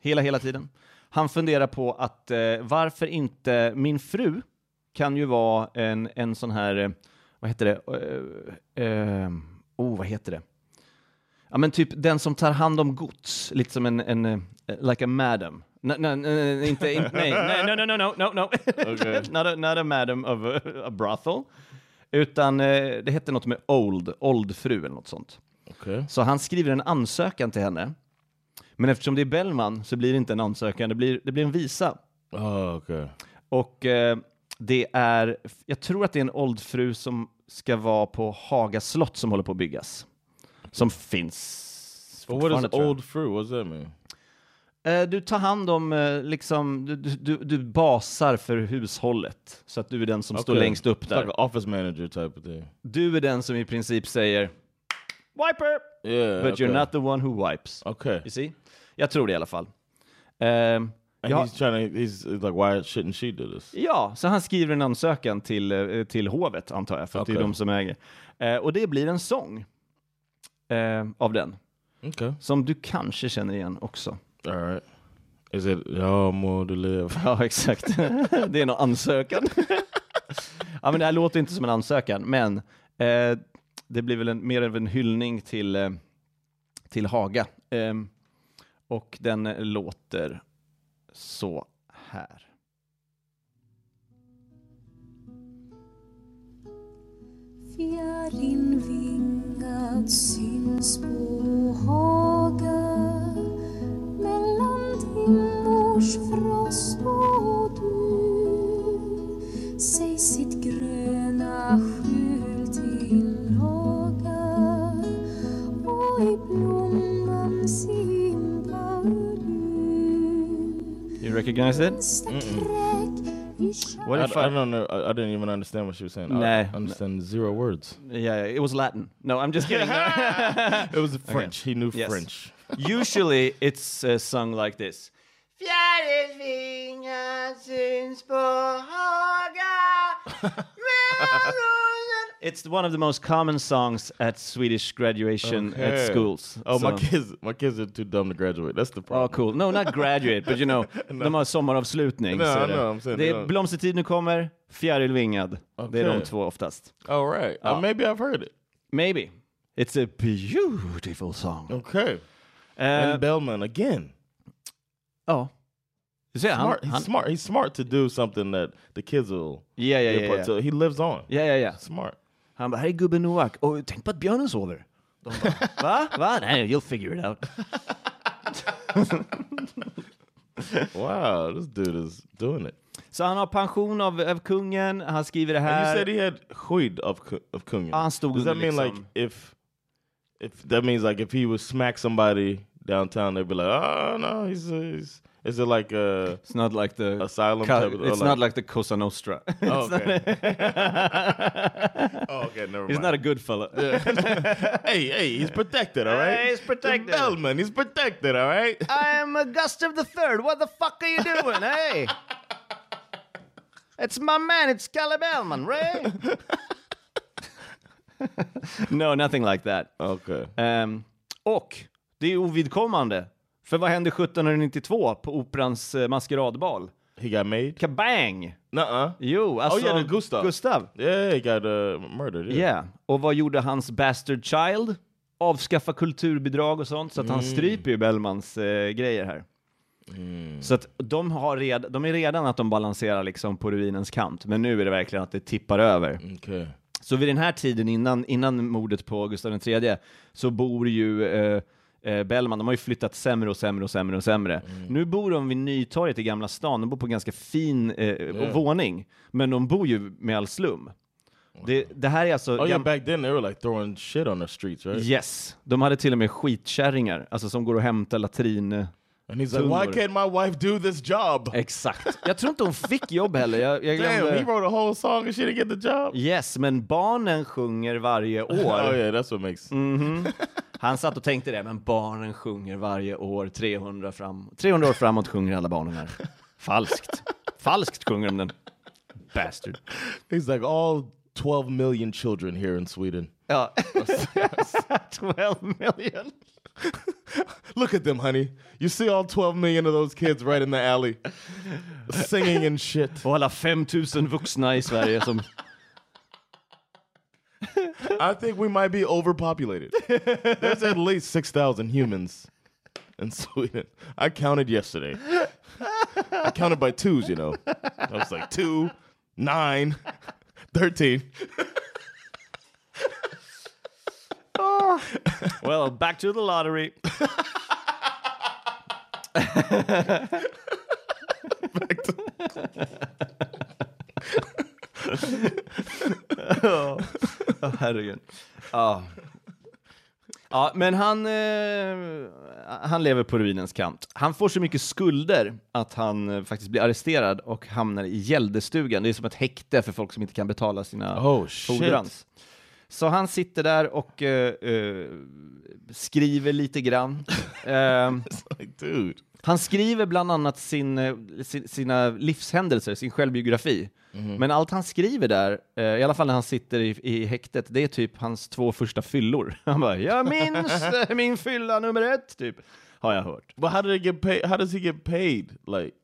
Hela, hela tiden. Han funderar på att eh, varför inte min fru kan ju vara en, en sån här, eh, vad heter det, Eh, ehm, oh vad heter det? Ja men typ den som tar hand om gods, lite som en, en eh, like a madam. Nej, nej, nej, inte, inte, nej, nej, no, no, no, no, no. not, a, not a madam of a, a brothel. Utan eh, det hette något med old, oldfru eller något sånt. Okay. Så han skriver en ansökan till henne. Men eftersom det är Bellman så blir det inte en ansökan, det blir, det blir en visa. Oh, okay. Och eh, det är, jag tror att det är en oldfru som ska vara på Haga slott som håller på att byggas. Som finns But what fortfarande, is tror jag. old fruit? What does that mean? Eh, Du tar hand om, eh, liksom, du, du- du, du basar för hushållet. Så att du är den som står Okay. längst upp It's där. Like an office manager type of thing. Du är den som i princip säger Wiper! Yeah. Eh, But you're okay. not the one who wipes. Okay. You see? Jag tror det i alla fall. Ehm, And ja, he's trying to. He's, he's like, why shouldn't she do this? ja, så han skriver en ansökan till, eh, till hovet, antar jag, för att det är Okej. de som äger. Eh, och det blir en sång eh, av den, Okay. som du kanske känner igen också. All right. Is it y'all more to live? Ja, exakt. det är någon ansökan. ja, men det här låter inte som en ansökan, men eh, det blir väl en, mer av en hyllning till, eh, till Haga. Ehm, och den eh, låter så här. Fjärilinvingad syns på Haga mellan dimmors frost och du säg sitt gröna skjul till Haga och i blomman simmar du You recognize it? Nästa kräk i kärlek I, What I if I, don't know. I, I didn't even understand what she was saying. I Nah. understand zero words. yeah, it was Latin. No, I'm just kidding. It was French. He knew Yes. French. Usually it's uh, sung like this. It's one of the most common songs at Swedish graduation at Okay. schools. Oh, my So- kids, my kids are too dumb to graduate. That's the Oh, problem. cool. No, not graduate, but you know, de har sommaravslutning. No, så är I know, I'm det. saying det they är don't- Blomstertid nu kommer, Fjärilvingad. Det är de Okay. två oftast. All right. Uh, maybe I've heard it. Maybe. It's a beautiful song. Okay. Eh, Oh. and Bellman again. Ja. Du ser, han... Smart. han He's smart. He's smart to do something that the kids will. yeah, yeah, be a yeah, part- yeah. So he lives on. Ja, ja, ja. Smart. Han bara, här är gubben Noak. Och Oh, tänk på att björnen sover. De bara, va? Va? Nej, you'll figure it out. Wow, this dude is doing it. Så han har pension av, av kungen, han skriver det And här. you said he had skydd of Ku- of kungen. Ah, han stod Does that under mean like liksom- if if that means like if he would smack somebody downtown, they'd be like, oh no, he's, he's is it like uh It's not like the... Asylum Ca- type of- or it's like- not like the Cosa Nostra. oh, okay. oh okay, never mind. He's not a good fella. hey hey, he's protected, all right. Hey, he's The protected. Bellman, he's protected, all right. I am Augustus the Third. What the fuck are you doing, hey? It's my man, it's Kalle Bellman, right? no, nothing like that. Oh. Okay. Ehm, och det är ovidkommande. För vad hände 1792 på Operans eh, maskeradbal? He got made. Kabang! Nuh-uh. Jo, alltså... oh yeah, the Gustav. Gustav. Yeah, he got uh, murdered. Ja, Yeah. och vad gjorde hans bastard child? Avskaffa kulturbidrag och sånt, så att han stryper ju Bellmans eh, grejer här. Så att de, har red, de är redan att de balanserar liksom på ruinens kant, men nu är det verkligen att det tippar över. Okay. Så vid den här tiden, innan, innan mordet på Gustav III, så bor ju eh, eh, Bellman, de har ju flyttat sämre och sämre och sämre och sämre. Nu bor de vid Nytorget i Gamla stan, de bor på en ganska fin eh, våning, men de bor ju med all slum. Det, det här är alltså... Oh yeah, gam- back then they were like throwing shit on the streets, right? Yes, de hade till och med skitkärringar, alltså som går och hämtar latrin... And he's like, why can't my wife do this job? Exakt. Jag tror inte hon fick jobb heller. Jag, jag Damn, he glömde. wrote a whole song and she didn't get the job. Yes, men barnen sjunger varje år. Oh yeah, that's what makes. Han satt och tänkte det, men barnen sjunger varje år, 300, fram, 300 år framåt sjunger alla barnen här. Falskt. Falskt sjunger de den. Bastard. He's like all 12 million children here in Sweden. Ja. 12 million. Look at them, honey. You see all 12 million of those kids right in the alley, singing and shit. Och alla 5000 vuxna i Sverige som... I think we might be overpopulated. There's at least 6,000 humans in Sweden. I counted yesterday. I counted by twos, you know. I was like two, nine, 13. Well, back to the lottery. Ja, oh, herregud. Ja. Ja, men han, eh, han lever på ruinens kant. Han får så mycket skulder att han eh, faktiskt blir arresterad och hamnar i gäldestugan. Det är som ett häkte för folk som inte kan betala sina Oh, shit. fordrans. Så han sitter där och eh, eh, skriver lite grann. Eh, Like, dude. han skriver bland annat sin, eh, si- sina livshändelser, sin självbiografi. Men allt han skriver där, eh, i alla fall när han sitter i, i häktet, det är typ hans två första fyllor. Han bara “Jag minns eh, min fylla nummer ett”, typ, har jag hört. But how did it get paid? How does he get paid? Like,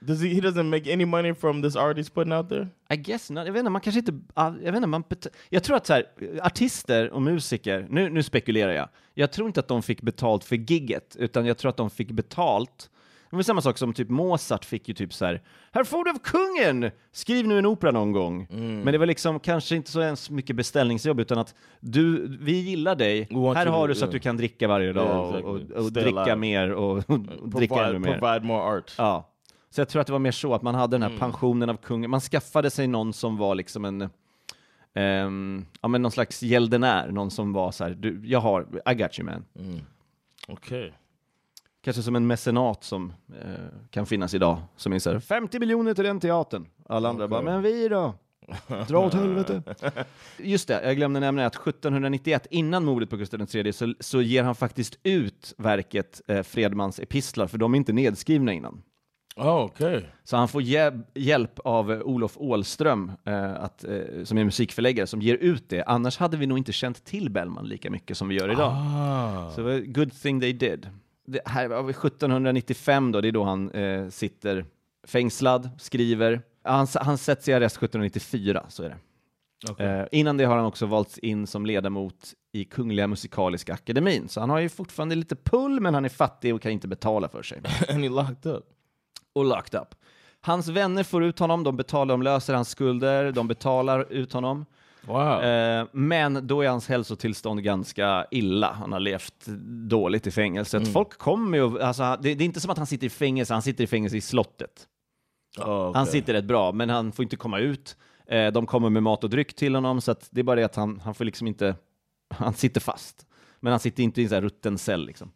does he? He doesn't make any money from this art he's putting out there. I guess not. Jag vet inte, man kanske inte... ah, Jag, vet inte, man bet- jag tror att så här, artister och musiker, nu, nu spekulerar jag, jag tror inte att de fick betalt för gigget, utan jag tror att de fick betalt det var samma sak som typ Mozart fick ju typ så här, här får du av kungen, skriv nu en opera någon gång. Mm. Men det var liksom kanske inte så ens mycket beställningsjobb utan att du, vi gillar dig, want här you to- har du så att yeah. du kan dricka varje dag Yeah, exactly. och, och, och Stay dricka alive. mer och, och dricka ännu Provide, mer. provide more art. Ja. Så jag tror att det var mer så att man hade den här pensionen av kungen. Man skaffade sig någon som var liksom en, ehm, ja men någon slags gäldenär, någon som var så här, du, jag har, I got you man. Okay. Kanske som en mecenat som eh, kan finnas idag, som är så här, 50 miljoner till den teatern. Alla andra bara, men vi då? Dra åt helvete. Just det, jag glömde nämna att 1791, innan mordet på Gustav III, så, så ger han faktiskt ut verket eh, Fredmans epistlar, för de är inte nedskrivna innan. Oh, okay. Så han får hjä- hjälp av eh, Olof Ålström, eh, att, eh, som är musikförläggare, som ger ut det. Annars hade vi nog inte känt till Bellman lika mycket som vi gör idag. Ah. Så det var good thing they did. Det här var väl 1795 då, det är då han eh, sitter fängslad, skriver. Ja, Han, s- han sätts i arrest 1794, så är det. Eh, innan det har han också valts in som ledamot i Kungliga Musikaliska Akademin. Så han har ju fortfarande lite pull, men han är fattig och kan inte betala för sig and he locked up. och locked up. Hans vänner får ut honom, de betalar, de löser hans skulder, de betalar ut honom. Wow. Eh, men då är hans hälsotillstånd ganska illa. Han har levt dåligt i fängelset. Folk kommer ju, alltså, det, det är inte som att han sitter i fängelse, han sitter i fängelse i slottet. oh, okay. Han sitter rätt bra, men han får inte komma ut. Eh, de kommer med mat och dryck till honom, så att det är bara det att han, han får liksom inte, han sitter fast. Men han sitter inte i en sån här rutten cell liksom.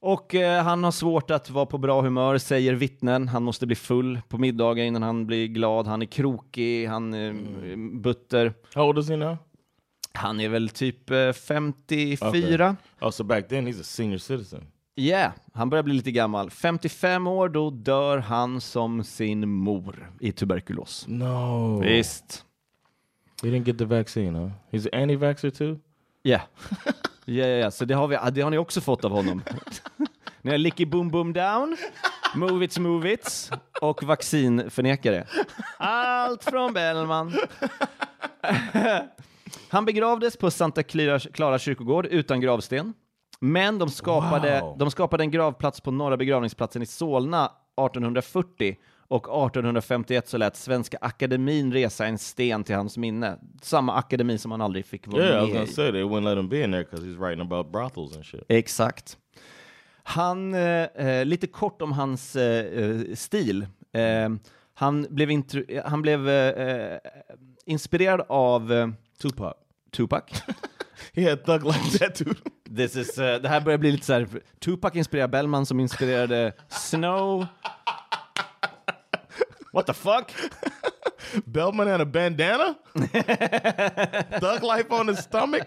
Och eh, han har svårt att vara på bra humör, säger vittnen. Han måste bli full på middagar innan han blir glad. Han är krokig, han är mm. butter. How old is he now? Han är väl typ eh, 54. Oh, so back then he's a senior citizen. Yeah, han börjar bli lite gammal. 55 år, då dör han som sin mor i tuberkulos. No. Visst. He didn't get the vaccine, huh? He's an anti-vaxxer too? Ja. Ja, ja, ja. Så det har, vi, det har ni också fått av honom. Ni har Licky Boom Boom Down. Movits Movits och vaccinförnekare. Allt från Bellman. Han begravdes på Santa Clara, Clara kyrkogård utan gravsten. Men de skapade, Wow. de skapade en gravplats på Norra begravningsplatsen i Solna 1840 och 1851 så lät Svenska Akademin resa en sten till hans minne. Samma akademi som han aldrig fick vara Oh, Yeah, I was med gonna i. say they wouldn't let him be in there because he's writing about brothels and shit. Exakt. Han, eh, eh, lite kort om hans eh, eh, stil. Eh, han blev, intru- han blev eh, eh, inspirerad av eh, Tupac. Tupac. He had thug like tattoo. This is, eh, det här börjar bli lite så här, Tupac inspirerar Bellman som inspirerade Snow. What the fuck? Bellman had a bandana. thug life on his stomach.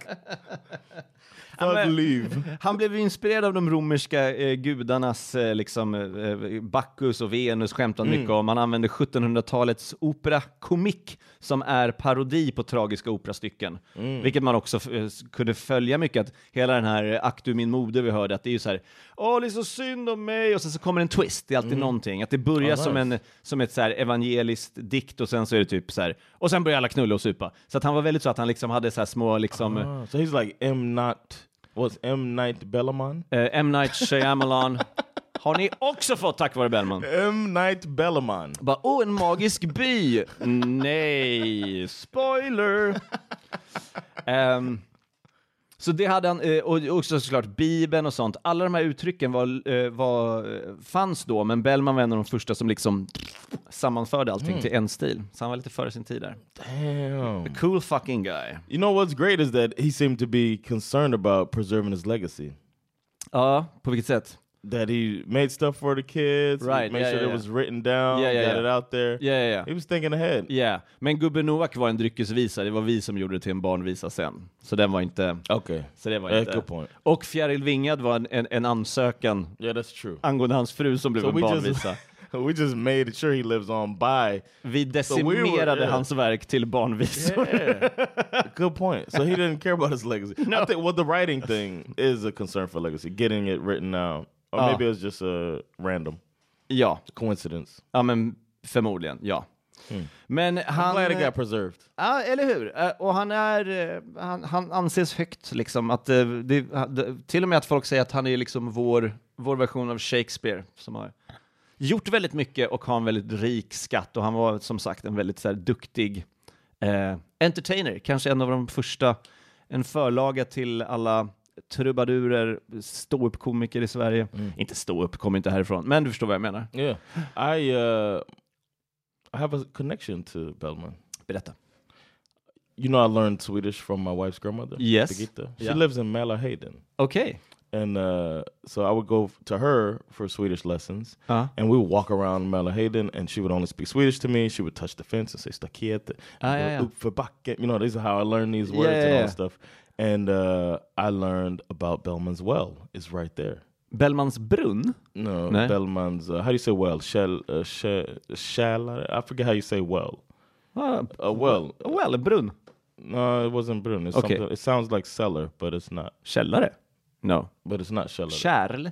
Thug mean- leave. Han blev ju inspirerad av de romerska eh, gudarnas, eh, liksom, eh, Bacchus och Venus skämtade Mm. mycket om. Han använde 1700-talets operakomik som är parodi på tragiska operastycken. Mm. Vilket man också f- eh, s- kunde följa mycket, att hela den här eh, Ack du min moder vi hörde, att det är ju så här Åh, det är så synd om mig! Och sen så kommer en twist, det är alltid någonting. Att det börjar Mm. Ja, som, nice. en, som ett så här evangeliskt dikt och sen så är det typ så här, och sen börjar alla knulla och supa. Så att han var väldigt så att han liksom hade så här små liksom Uh, so he's like M. Not. What's M. Night Bellman? Eh, M. Night Shyamalan har ni också fått tack vare Bellman. M. Night Bellman. Bara, åh, oh, en magisk by! Nej, spoiler! Ehm, så det hade han, eh, och också såklart Bibeln och sånt. Alla de här uttrycken var, eh, var, eh, fanns då, men Bellman var en av de första som liksom sammanförde allting till en stil. Så han var lite före sin tid där. Damn. Cool fucking guy. You know what's great is that he seemed to be concerned about preserving his legacy. Ja, på vilket sätt? That he made stuff for the kids, he Right, made yeah, yeah, sure it yeah. was written down, Yeah, yeah, got yeah. it out there. Ja, ja, He ja. was thinking ahead. Ja, Men Gubben Noak var en dryckesvisa, det var vi som gjorde det till en barnvisa sen. Så den var inte... Okay. Så det var Yeah, inte. good point. Och Fjäril Vingad var en, en, en ansökan Yeah, that's true. angående hans fru som blev So en we barnvisa. just we just made sure he lives on by. Vi we were- decimerade yeah. hans verk till barnvisor. Good point. So he didn't care about his legacy. I think well the writing thing is a concern for legacy, getting it written down. Or Ah. maybe it was just a random Ja, coincidence. ja men förmodligen, ja. Mm. Men I'm han... glad it got preserved. Ja, eller hur? Eh, Och han är... eh, Han, han anses högt, liksom. Att, eh, det, ha- det- till och med att folk säger att han är liksom vår, vår version av Shakespeare, som har gjort väldigt mycket och har en väldigt rik skatt. Och han var som sagt en väldigt så här, duktig eh, entertainer, kanske en av de första, en förlaga till alla trubadurer, ståuppkomiker i Sverige. Inte ståupp, kom inte härifrån, men du förstår vad jag menar. Yeah. I uh I have a connection to Bellman. Berätta. You know I learned Swedish from my wife's grandmother. Yes. Birgitta. She Yeah. lives in Mälarhöjden. Okej. And uh, so I would go f- to her for Swedish lessons, Uh-huh. and we would walk around Malahaden, and she would only speak Swedish to me. She would touch the fence and say "staket," Ah, yeah, yeah. "Upp för backen." You know, these are how I learned these words Yeah, and all yeah, this stuff. And uh, I learned about Bellman's well. It's right there. Bellmans brunn? No, Nej. Bellman's. Uh, how do you say well? Shall, uh, shall, shall I? I forget how you say well. Ah, A well. well, brunn. No, it wasn't Brun. It's Okay. something- It sounds like cellar, but it's not. Källare? No. But it's not cellar. Kärl?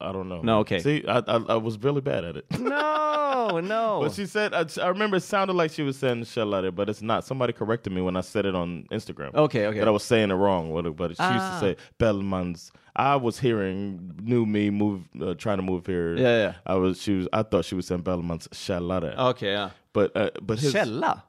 I don't know. No, okay. See, I, I, I was really bad at it. No, no. But she said, I, I remember it sounded like she was saying the shell out of it, but it's not. Somebody corrected me when I said it on Instagram. Okay, okay. That I was saying it wrong. What- But she Ah. used to say Bellman's. I was hearing new me move, uh, trying to move here. Yeah, yeah. Oh. I was. She was. I thought she was saying Bellman's shallare. Ah, Okej, ja. But uh, but his Källa?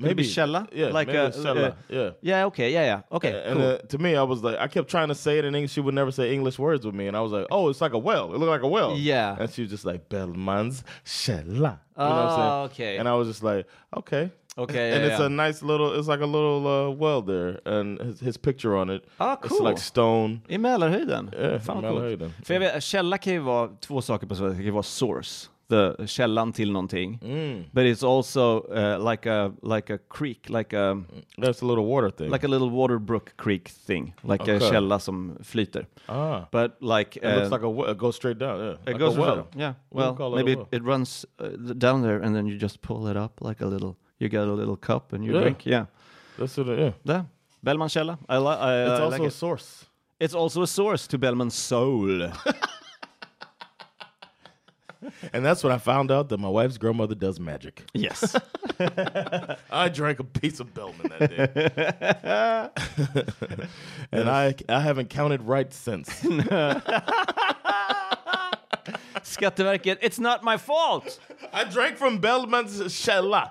Maybe källa? Yeah, Like maybe a- it's shella. uh, yeah. Ja, okej, ja, ja. Okej, And cool. uh, to me, I was like, I kept trying to say it in English. She would never say English words with me, and I was like, "Oh, it's like a well. It looked like a well." Yeah. And she was just like, "Bellman's Shella." You know Oh, okay. And I was just like, "Okay, Okay, And yeah, it's yeah. a nice little. It's like a little uh, well there, and his, his picture on it. Ah, It's cool. like stone. I Mälarhöjden? Yeah, Fan vad coolt. Eh, Mälarhöjden. För jag vet, källa kan ju vara två saker på svenska. Det kan ju vara source, the, källan till någonting. Mm. But it's also uh, like, a, like a creek, like a, That's a little water thing. like a little water brook creek thing. Like a Okay. källa som flyter. ah, But like... it looks uh, like a well. It goes straight down. Yeah, It like goes a well. Yeah. We would Well, call it a maybe it, well. it runs uh, th- down there, and then you just pull it up like a little. You get a little cup and you Yeah. drink. Yeah. That's what it. Yeah. There. Bellman källa. I, li- I, Uh, It's I also like a it. source. It's also a source to Bellman's soul. and that's when I found out that my wife's grandmother does magic. Yes. I drank a piece of Bellman that day. and I, I haven't counted right since. Skatteverket, it's not my fault. I drank from Bellman's källa.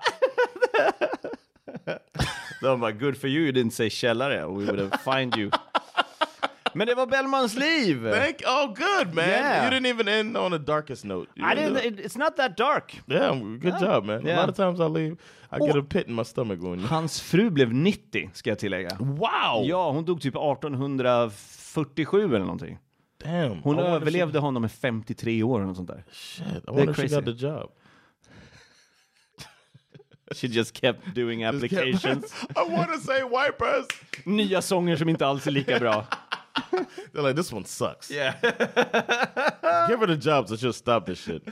De bara, good for you, you didn't say källare, we would have fined you. Men det var Bellmans liv! Thank, oh, good man. Yeah. You didn't even end on the darkest note. You I ended didn't, up- it, it's not that dark. e- yeah, good job man. A Yeah. lot of times I leave, I get a pit in my stomach when. you- Hans fru blev 90, ska jag tillägga. Wow. Ja, hon dog typ 1847 eller någonting. Hon Damn. I wonder if she- överlevde honom med 53 år eller något sånt där. Shit, I wonder if she crazy. got the job. She just kept doing applications. I want to say white person. Nya sånger som inte alls är lika bra. They're like, this one sucks. Yeah. Give her the job so she'll stop this shit.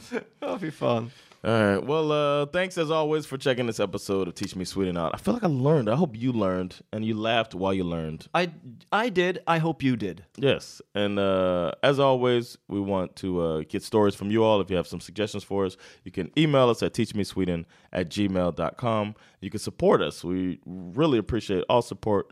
Ja, fy fan. All right. Well, uh, thanks as always for checking this episode of Teach Me Sweden out. I feel like I learned. I hope you learned and you laughed while you learned. I, I did, I hope you did. Yes. And uh, as always, we want to uh, get stories from you all. If you have some suggestions for us, you can email us at teachmesweden at gmail.com. You can support us. We really appreciate all support.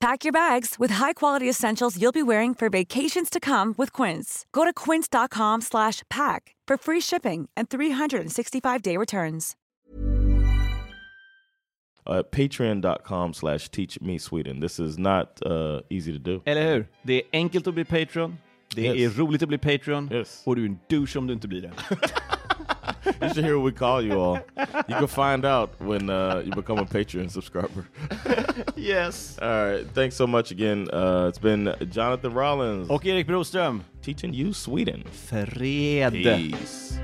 Pack your bags with high-quality essentials you'll be wearing for vacations to come with Quince. Go to quince.com slash pack for free shipping and 365-day returns. Uh, Patreon.com slash teach me Sweden. This is not uh, easy to do. Eller hur? Det är enkelt att bli Patreon. Det Yes. är roligt att bli Patreon. Yes. Och du är en douche om du inte blir det. You should hear what we call you all. You can find out when uh, you become a Patreon subscriber. yes. All right. Thanks so much again. Uh, it's been Oh, Jonathan Rollins Och Erik Broström. teaching you Sweden. Fred. Peace.